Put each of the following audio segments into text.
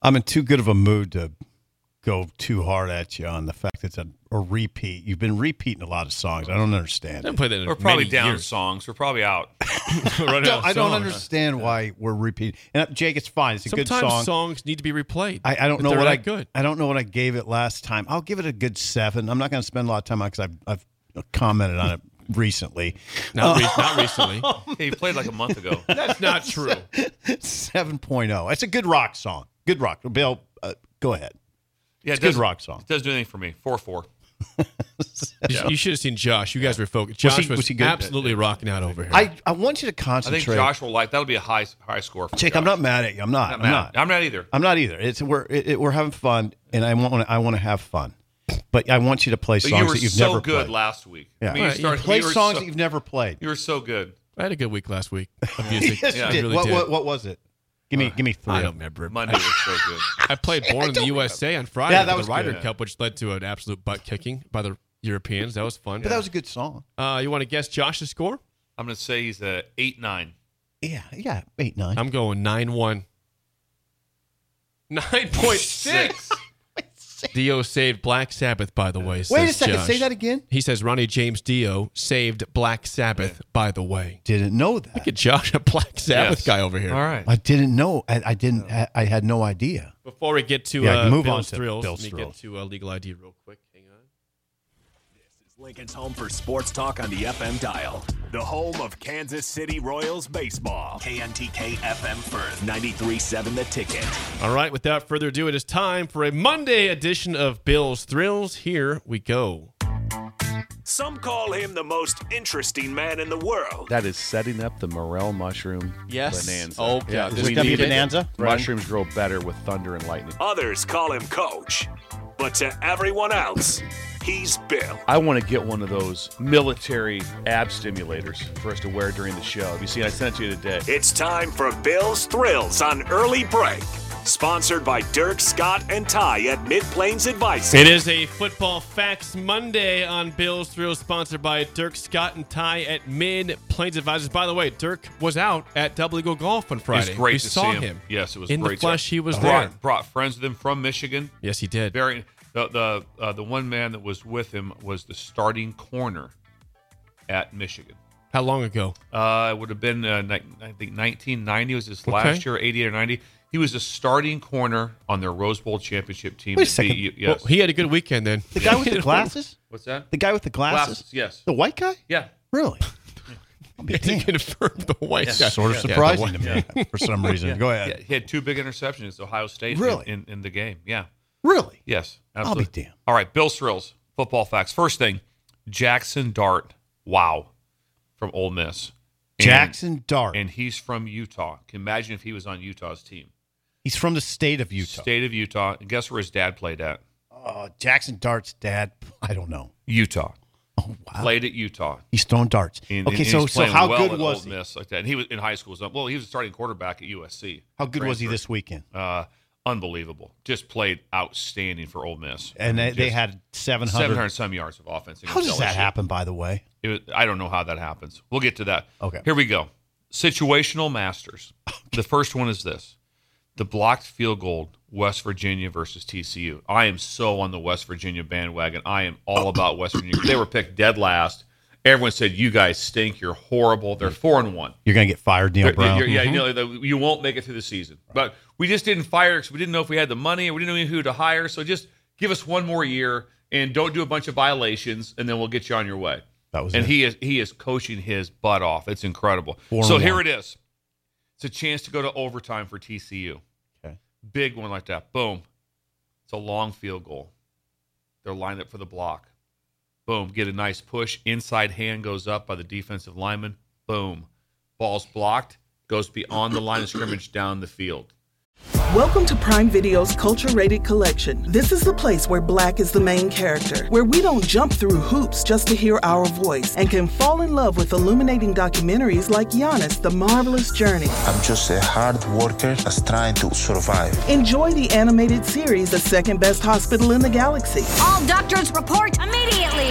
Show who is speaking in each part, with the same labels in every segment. Speaker 1: I'm in too good of a mood to go too hard at you on the fact that it's a, a repeat. You've been repeating a lot of songs. I don't understand.
Speaker 2: I
Speaker 1: it.
Speaker 2: haven't played that in
Speaker 3: We're probably
Speaker 2: many
Speaker 3: down
Speaker 2: years.
Speaker 3: songs. We're probably out. We're
Speaker 1: I
Speaker 3: running out
Speaker 1: don't,
Speaker 3: of
Speaker 1: I don't
Speaker 3: songs.
Speaker 1: understand why we're repeating. And uh, Jake, it's fine. It's a
Speaker 2: Sometimes
Speaker 1: good song.
Speaker 2: songs need to be replayed.
Speaker 1: I, I don't
Speaker 2: if
Speaker 1: know
Speaker 2: they're
Speaker 1: what
Speaker 2: that
Speaker 1: I
Speaker 2: good.
Speaker 1: I don't know what I gave it last time. I'll give it a good seven. I'm not going to spend a lot of time on because I've I've commented on it recently.
Speaker 2: Not, re- not recently.
Speaker 3: He played like a month ago.
Speaker 2: That's not true.
Speaker 1: Seven oh. It's a good rock song. Good rock. Bill, uh, go ahead.
Speaker 3: Yeah,
Speaker 1: It's a good rock song.
Speaker 3: It doesn't do anything for me. Four four.
Speaker 2: You should have seen Josh. You guys were focused.
Speaker 1: Was
Speaker 2: Josh
Speaker 1: he-
Speaker 2: was,
Speaker 1: was he good?
Speaker 2: absolutely rocking out over here.
Speaker 1: I, I want you to
Speaker 3: I
Speaker 1: concentrate.
Speaker 3: think Josh will like that'll be a high high score. For
Speaker 1: Jake,
Speaker 3: Josh.
Speaker 1: I'm not mad at you. I'm not.
Speaker 3: Not
Speaker 1: I'm
Speaker 3: mad.
Speaker 1: not.
Speaker 3: I'm not either.
Speaker 1: I'm not either. It's we're it, it- we're having fun, and I want I want to have fun, but I want you to play
Speaker 3: But
Speaker 1: songs
Speaker 3: you were
Speaker 1: that you've
Speaker 3: so
Speaker 1: never
Speaker 3: good
Speaker 1: played.
Speaker 3: last week.
Speaker 1: yeah,
Speaker 3: I mean, you
Speaker 2: Right, you
Speaker 3: started-
Speaker 1: play
Speaker 3: you were
Speaker 1: songs
Speaker 3: so-
Speaker 1: that you've never played.
Speaker 3: You were so good.
Speaker 2: I had a good week last week of music.
Speaker 1: Yes, you
Speaker 2: I
Speaker 1: did.
Speaker 2: really
Speaker 1: what,
Speaker 2: did.
Speaker 1: What, what was it? Give me give me three.
Speaker 2: I don't remember.
Speaker 3: Monday was so good.
Speaker 2: I played Born in the USA on Friday
Speaker 1: Yeah,
Speaker 2: for
Speaker 1: that was
Speaker 2: the Ryder
Speaker 1: good.
Speaker 2: Cup, which led to an absolute butt kicking by the Europeans. That was fun.
Speaker 1: But that was a good song.
Speaker 2: uh, you want to guess Josh's score?
Speaker 3: I'm gonna say he's a eight nine.
Speaker 1: Yeah, yeah, eight nine.
Speaker 2: I'm going 9 1. 9.6. Dio saved Black Sabbath, by the way.
Speaker 1: Wait a
Speaker 2: says
Speaker 1: second,
Speaker 2: Josh.
Speaker 1: say that again.
Speaker 2: He says Ronnie James Dio saved Black Sabbath, by the way.
Speaker 1: Didn't know that.
Speaker 2: Look at Josh, a Black Sabbath
Speaker 3: Yes.
Speaker 2: guy over here.
Speaker 3: All right.
Speaker 1: I didn't know. I, I didn't. I, I had no idea.
Speaker 2: Before we get to
Speaker 1: Yeah,
Speaker 2: uh,
Speaker 1: move on
Speaker 2: Bill's
Speaker 1: to
Speaker 2: thrills,
Speaker 1: Bill's
Speaker 2: let me
Speaker 1: Thrills.
Speaker 2: get to uh, legal ID real quick. Hang on.
Speaker 4: Lincoln's home for sports talk on the FM dial. The home of Kansas City Royals baseball. KNTK FM Firth, 93.7 The Ticket.
Speaker 2: All right, without further ado, it is time for a Monday edition of Bill's Thrills. Here we go.
Speaker 4: Some call him the most interesting man in the world.
Speaker 5: That is setting up the morel mushroom
Speaker 2: Yes.
Speaker 5: bonanza.
Speaker 2: Oh, yeah. This
Speaker 5: we
Speaker 2: is gonna be
Speaker 5: need
Speaker 2: a
Speaker 5: it.
Speaker 1: bonanza?
Speaker 5: Mushrooms grow better with thunder and lightning.
Speaker 4: Others call him coach. But to everyone else, he's Bill.
Speaker 5: I want to get one of those military ab stimulators for us to wear during the show. Have you seen? I sent it to you today.
Speaker 4: It's time for Bill's Thrills on Early Break. Sponsored by Dirk, Scott, and Ty at Mid Plains Advice.
Speaker 2: It is a Football Facts Monday on Bill's Thrills, sponsored by Dirk Scott and Ty at Mid Plains Advisors. By the way, Dirk was out at Double Eagle Golf on Friday.
Speaker 3: It was great
Speaker 2: we
Speaker 3: to
Speaker 2: saw
Speaker 3: see him.
Speaker 2: him.
Speaker 3: Yes, it was
Speaker 2: in
Speaker 3: great.
Speaker 2: the flesh.
Speaker 3: to-
Speaker 2: He was
Speaker 3: brought,
Speaker 2: there.
Speaker 3: Brought friends with him from Michigan.
Speaker 2: Yes, he did.
Speaker 3: Very the the uh, the one man that was with him was the starting corner at Michigan.
Speaker 2: How long ago?
Speaker 3: Uh, it would have been uh, ni- I think 1990 was his
Speaker 2: Okay.
Speaker 3: last year, 88 or 90. He was the starting corner on their Rose Bowl championship team.
Speaker 1: Wait a
Speaker 3: that
Speaker 1: second.
Speaker 3: beat U- yes.
Speaker 2: Well, he had a good weekend then.
Speaker 1: The guy with the glasses.
Speaker 3: What's that?
Speaker 1: The guy with the glasses.
Speaker 3: Glasses, yes.
Speaker 1: The white guy.
Speaker 3: Yeah.
Speaker 1: Really?
Speaker 2: he confirmed the white guy.
Speaker 1: Sort of
Speaker 2: Yeah, the
Speaker 1: surprising
Speaker 2: white-
Speaker 1: to me for some reason. Go ahead.
Speaker 3: Yeah, he had two big interceptions against Ohio State in-
Speaker 1: Really?
Speaker 3: in, in, the game. Yeah.
Speaker 1: Really?
Speaker 3: Yes.
Speaker 1: I'll be
Speaker 3: absolutely.
Speaker 1: damned.
Speaker 3: All right. Bill Thrills, football facts. First thing, Jackson Dart. Wow. From Ole Miss. And-
Speaker 1: Jackson Dart.
Speaker 3: And he's from Utah. Can imagine if he was on Utah's team.
Speaker 1: He's from the state of Utah.
Speaker 3: State of Utah. And guess where his dad played at?
Speaker 1: Uh, Jackson Dart's dad. I don't know.
Speaker 3: Utah.
Speaker 1: Oh wow.
Speaker 3: Played at Utah.
Speaker 1: He's throwing darts.
Speaker 3: And-
Speaker 1: okay,
Speaker 3: and
Speaker 1: so
Speaker 3: he's
Speaker 1: so
Speaker 3: playing
Speaker 1: how
Speaker 3: well
Speaker 1: good
Speaker 3: at
Speaker 1: was
Speaker 3: Ole
Speaker 1: he?
Speaker 3: Miss like that? And he was in high school. was- Well, he was a starting quarterback at USC.
Speaker 1: How good was he
Speaker 3: Transfer.
Speaker 1: this weekend?
Speaker 3: Uh, unbelievable. Just played outstanding for Ole Miss.
Speaker 1: And they, they
Speaker 3: Just
Speaker 1: had 700.
Speaker 3: 700 some yards of offense.
Speaker 1: How does
Speaker 3: against
Speaker 1: that
Speaker 3: LSU.
Speaker 1: happen, by the way?
Speaker 3: It was, I don't know how that happens. We'll get to that.
Speaker 1: Okay.
Speaker 3: Here we go. Situational masters. The first one is this the blocked field goal, West Virginia versus TCU. I am so on the West Virginia bandwagon. I am
Speaker 1: Oh.
Speaker 3: all about West Virginia. They were picked dead last. Everyone said, You guys stink. You're horrible. They're four and one.
Speaker 1: You're going to get fired, Neil
Speaker 3: They're-
Speaker 1: Brown. Mm-hmm.
Speaker 3: you're- Yeah, you know, the- you won't make it through the season. But we just didn't fire because we didn't know if we had the money and we didn't know who to hire. So just give us one more year and don't do a bunch of violations, and then we'll get you on your way.
Speaker 1: That was
Speaker 3: and
Speaker 1: it.
Speaker 3: he is he is coaching his butt off. It's incredible.
Speaker 1: Four
Speaker 3: so
Speaker 1: and
Speaker 3: here
Speaker 1: one.
Speaker 3: it is. It's a chance to go to overtime for TCU.
Speaker 1: Okay.
Speaker 3: Big one like that. Boom. It's a long field goal. They're lined up for the block. Boom. Get a nice push. Inside hand goes up by the defensive lineman. Boom. Ball's blocked. Goes beyond the line of scrimmage down the field.
Speaker 6: Welcome to Prime Video's Culture Rated Collection. This is the place where black is the main character, where we don't jump through hoops just to hear our voice and can fall in love with illuminating documentaries like Giannis, The Marvelous Journey.
Speaker 7: I'm just a hard worker that's trying to survive.
Speaker 6: Enjoy the animated series, The Second Best Hospital in the Galaxy,
Speaker 8: All doctors report immediately.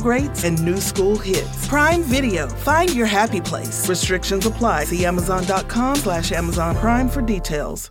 Speaker 6: greats and new school hits. Prime Video, find your happy place. Restrictions apply. See Amazon.com slash Amazon Prime for details.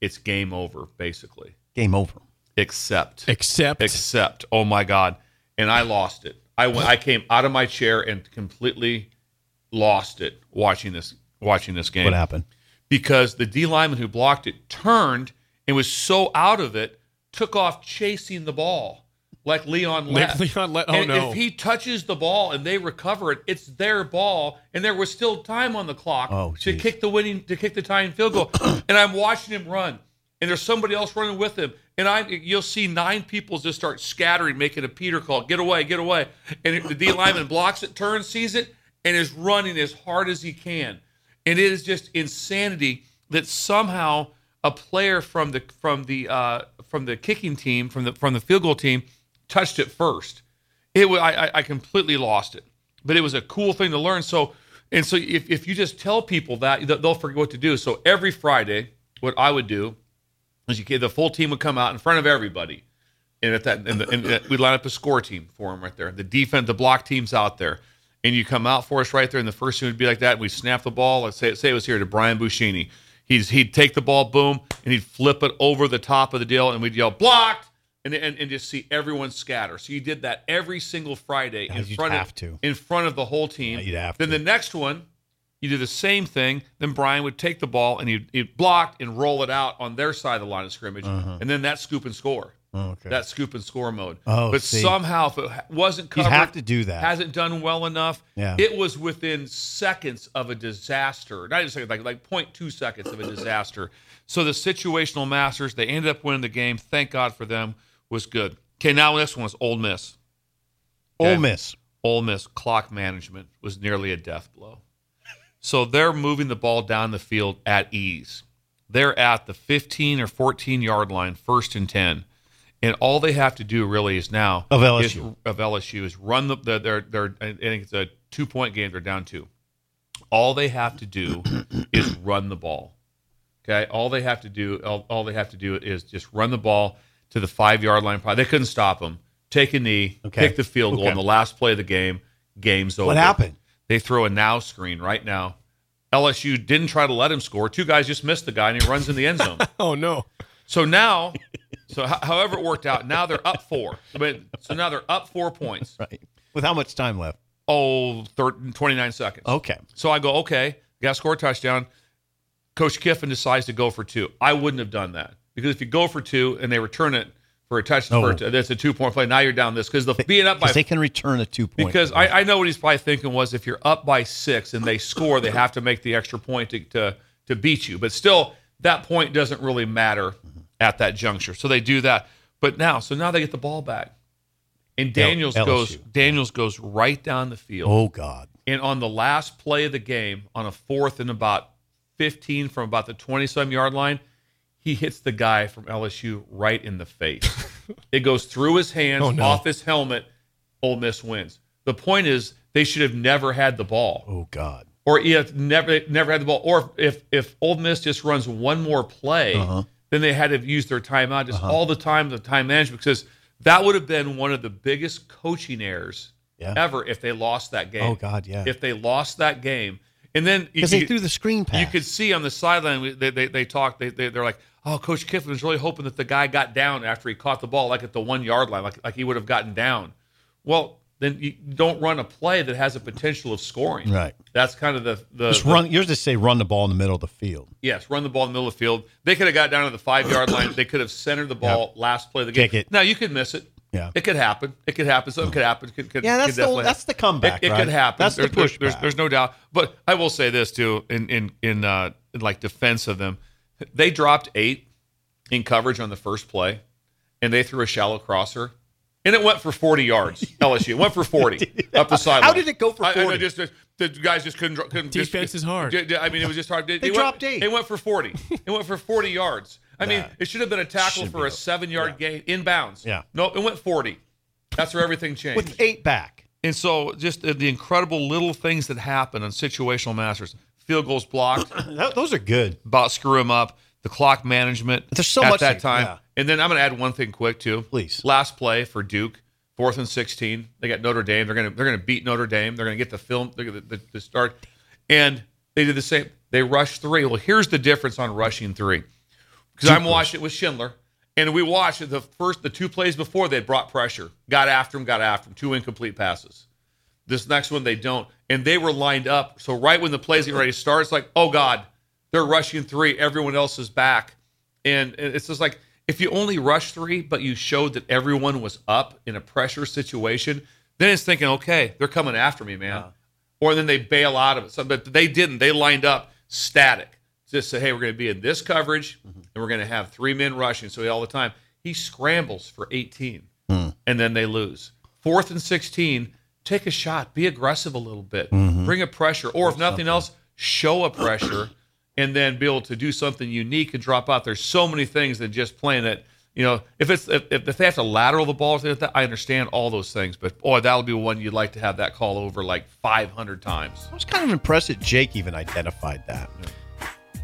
Speaker 3: It's game over, basically.
Speaker 1: Game over.
Speaker 3: Except.
Speaker 2: Except.
Speaker 3: Except. Oh my God. And I lost it. I went I came out of my chair and completely lost it watching this watching this game.
Speaker 1: What happened?
Speaker 3: because the D lineman who blocked it turned and was so out of it, took off chasing the ball like Leon
Speaker 2: Like
Speaker 3: Lett.
Speaker 2: Leon Lett- oh,
Speaker 3: And
Speaker 2: no.
Speaker 3: If he touches the ball and they recover it, it's their ball, and there was still time on the clock
Speaker 1: Oh,
Speaker 3: to
Speaker 1: geez.
Speaker 3: kick the winning to kick the tying field goal. and I'm watching him run, and there's somebody else running with him, and I you'll see nine people just start scattering, making a Peter call, get away, get away, and the D lineman blocks it, turns, sees it, and is running as hard as he can. And it is just insanity that somehow a player from the from the uh, from the kicking team from the from the field goal team touched it first. It wa- I I- I completely lost it, but it was a cool thing to learn. So and so if if you just tell people that they'll- they'll forget what to do. So every Friday, what I would do as you kid, the full team would come out in front of everybody, and at that, and, the, and that- we'd line up a score team for them right there. The defense, the block team's out there, and you come out for us right there. And the first thing would be like that. We snap the ball. Let's say say it was here to Brian Buscini. He's he'd take the ball, boom, and he'd flip it over the top of the deal, and we'd yell blocked, and and, and just see everyone scatter. So you did that every single Friday in
Speaker 1: you'd
Speaker 3: front
Speaker 1: have
Speaker 3: of
Speaker 1: to.
Speaker 3: in front of the whole team.
Speaker 1: you'd have
Speaker 3: then the next one. You do the same thing. Then Brian would take the ball and he'd, he'd block and roll it out on their side of the line of scrimmage,
Speaker 1: Uh-huh.
Speaker 3: and then that scoop and score.
Speaker 1: Oh, okay.
Speaker 3: That scoop and score mode.
Speaker 1: Oh,
Speaker 3: but
Speaker 1: see.
Speaker 3: somehow, if it ha- wasn't
Speaker 1: You'd
Speaker 3: covered,
Speaker 1: have to do that.
Speaker 3: Hasn't done well enough.
Speaker 1: Yeah.
Speaker 3: It was within seconds of a disaster. Not even seconds, like like 0.2 seconds of a disaster. So the situational masters, they ended up winning the game. Thank God for them. Was good. Okay, now this one was Ole Miss.
Speaker 1: Ole Miss.
Speaker 3: Ole Miss clock management was nearly a death blow. So they're moving the ball down the field at ease. They're at the 15 or 14 yard line, first and 10. And all they have to do really is now
Speaker 1: Of
Speaker 3: is-
Speaker 1: LSU.
Speaker 3: of LSU is run the the- their their I think it's a two point game. They're down two. All they have to do is run the ball. Okay, all they have to do all, all they have to do is just run the ball to the five yard line. Probably they couldn't stop them. Take a knee,
Speaker 1: Okay.
Speaker 3: kick the field goal
Speaker 1: Okay.
Speaker 3: on the last play of the game. Game's over.
Speaker 1: What happened?
Speaker 3: They throw a now screen right now. LSU didn't try to let him score. Two guys just missed the guy, and he runs in the end zone.
Speaker 2: oh no!
Speaker 3: So now, so ho- however it worked out, now they're up four. But so now they're up four points.
Speaker 1: Right. With how much time left?
Speaker 3: Oh, thir 29 seconds.
Speaker 1: Okay.
Speaker 3: So I go, okay, got to score a touchdown. Coach Kiffin decides to go for two. I wouldn't have done that because if you go for two and they return it for a touchdown, for a
Speaker 1: Oh.
Speaker 3: t- that's a two point play. Now you're down this because the being up by
Speaker 1: Because they can return a two point.
Speaker 3: because I, I know what he's probably thinking was if you're up by six and they score, they have to make the extra point to, to, to beat you. But still, that point doesn't really matter
Speaker 1: Mm-hmm.
Speaker 3: at that juncture. So they do that. But now, so now they get the ball back. And Daniels
Speaker 1: L-
Speaker 3: goes
Speaker 1: LSU.
Speaker 3: Daniels goes right down the field.
Speaker 1: Oh, God.
Speaker 3: And on the last play of the game, on a fourth and about 15 from about the 20 some yard line, he hits the guy from LSU right in the face. it goes through his hands,
Speaker 2: Oh, no.
Speaker 3: off his helmet. Ole Miss wins. The point is, they should have never had the ball
Speaker 1: Oh God.
Speaker 3: or if never never had the ball, or if if Ole Miss just runs one more play,
Speaker 1: Uh-huh.
Speaker 3: then they had to use their timeout just all the time. The time management because that would have been one of the biggest coaching errors
Speaker 1: Yeah.
Speaker 3: ever if they lost that game.
Speaker 1: Oh, God, yeah.
Speaker 3: If they lost that game, and then you-
Speaker 1: Because they
Speaker 3: you-
Speaker 1: threw the screen pass.
Speaker 3: you could see on the sideline they they, they talked they, they they're like oh coach Kiffin was really hoping that the guy got down after he caught the ball like at the one yard line like like he would have gotten down well then you don't run a play that has a potential of scoring
Speaker 1: Right.
Speaker 3: that's kind of the the
Speaker 1: just run. Yours just say run the ball in the middle of the field.
Speaker 3: yes run the ball in the middle of the field they could have got down to the five yard line they could have centered the ball last play of the game
Speaker 1: Kick it.
Speaker 3: now you could miss it
Speaker 1: Yeah.
Speaker 3: it could happen. It could happen. Something could happen. Could, could,
Speaker 1: Yeah, that's
Speaker 3: could
Speaker 1: the-
Speaker 3: definitely
Speaker 1: that's
Speaker 3: happen.
Speaker 1: the comeback,
Speaker 3: It, it
Speaker 1: right?
Speaker 3: could happen.
Speaker 1: That's the
Speaker 3: There- there's- There's,
Speaker 1: pushback.
Speaker 3: there's no doubt. But I will say this too, in in in uh, in like defense of them, they dropped eight in coverage on the first play, and they threw a shallow crosser, and it went for 40 yards. LSU it went for 40 up the sideline.
Speaker 1: did it go for
Speaker 3: I- I know,
Speaker 1: 40?
Speaker 3: just, the guys just couldn't. dr- couldn't just-
Speaker 2: Defense is hard.
Speaker 3: d- d- I mean, it was just hard. They,
Speaker 1: dropped
Speaker 3: went,
Speaker 1: eight.
Speaker 3: It went for 40. It went for 40 yards. I mean,
Speaker 1: That
Speaker 3: it should have been a tackle
Speaker 1: should
Speaker 3: for
Speaker 1: be
Speaker 3: a
Speaker 1: a-
Speaker 3: seven-yard gain inbounds.
Speaker 1: Yeah.
Speaker 3: No, it went 40. That's where everything changed.
Speaker 1: With eight back.
Speaker 3: And so just the, the incredible little things that happen on situational masters. Field goals blocked,
Speaker 1: That- those are good.
Speaker 3: about screw him up, the clock management
Speaker 1: There's so
Speaker 3: at
Speaker 1: much
Speaker 3: that
Speaker 1: that-
Speaker 3: time.
Speaker 1: yeah.
Speaker 3: And then I'm going to add one thing quick too.
Speaker 1: Please.
Speaker 3: Last play for Duke, fourth and 16. They got Notre Dame. They're going to they're going to beat Notre Dame. They're going to get the film they're gonna, the, the start. And they did the same. They rushed three. Well, here's the difference on rushing three because I'm watching it with Schindler, and we watched it the first the two plays before they brought pressure, got after him, got after him, two incomplete passes. This next one they don't, and they were lined up. So right when the plays get ready to start, it's like, oh god, they're rushing three. Everyone else is back, and and it's just like if you only rush three, but you showed that everyone was up in a pressure situation, then it's thinking, okay, they're coming after me, man or then they bail out of it. So, but they didn't. They lined up static. Just say, hey, we're going to be in this coverage, and we're going to have three men rushing. So all the time he scrambles for 18, and then they lose. Fourth and 16, take a shot, be aggressive a little bit, bring a pressure, or if nothing else, show a pressure, and then be able to do something unique and drop out. There's so many things than just playing that. You know, if it's if, if they have to lateral the ball, I understand all those things, but boy, that'll be one you'd like to have that call over like 500 times.
Speaker 1: I was kind of impressed that Jake even identified that.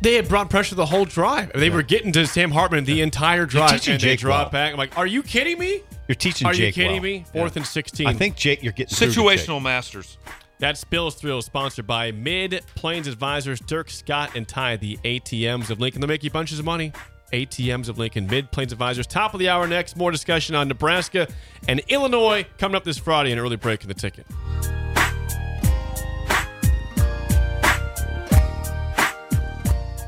Speaker 2: They had brought pressure the whole drive. They were getting to Sam Hartman the entire drive,
Speaker 1: teaching
Speaker 2: and they
Speaker 1: Jake
Speaker 2: dropped
Speaker 1: well.
Speaker 2: back. I'm like, are you kidding me?
Speaker 1: You're teaching.
Speaker 2: Are you
Speaker 1: Jake
Speaker 2: kidding
Speaker 1: well.
Speaker 2: me? Fourth and 16.
Speaker 1: I think Jake, you're getting through to Jake.
Speaker 3: Situational masters.
Speaker 2: That's Bill's Thrill, sponsored by Mid Plains Advisors, Dirk Scott and Ty, the ATMs of Lincoln. They'll make you bunches of money. ATMs of Lincoln, Mid Plains Advisors. Top of the hour next. More discussion on Nebraska and Illinois coming up this Friday, an early break in the ticket.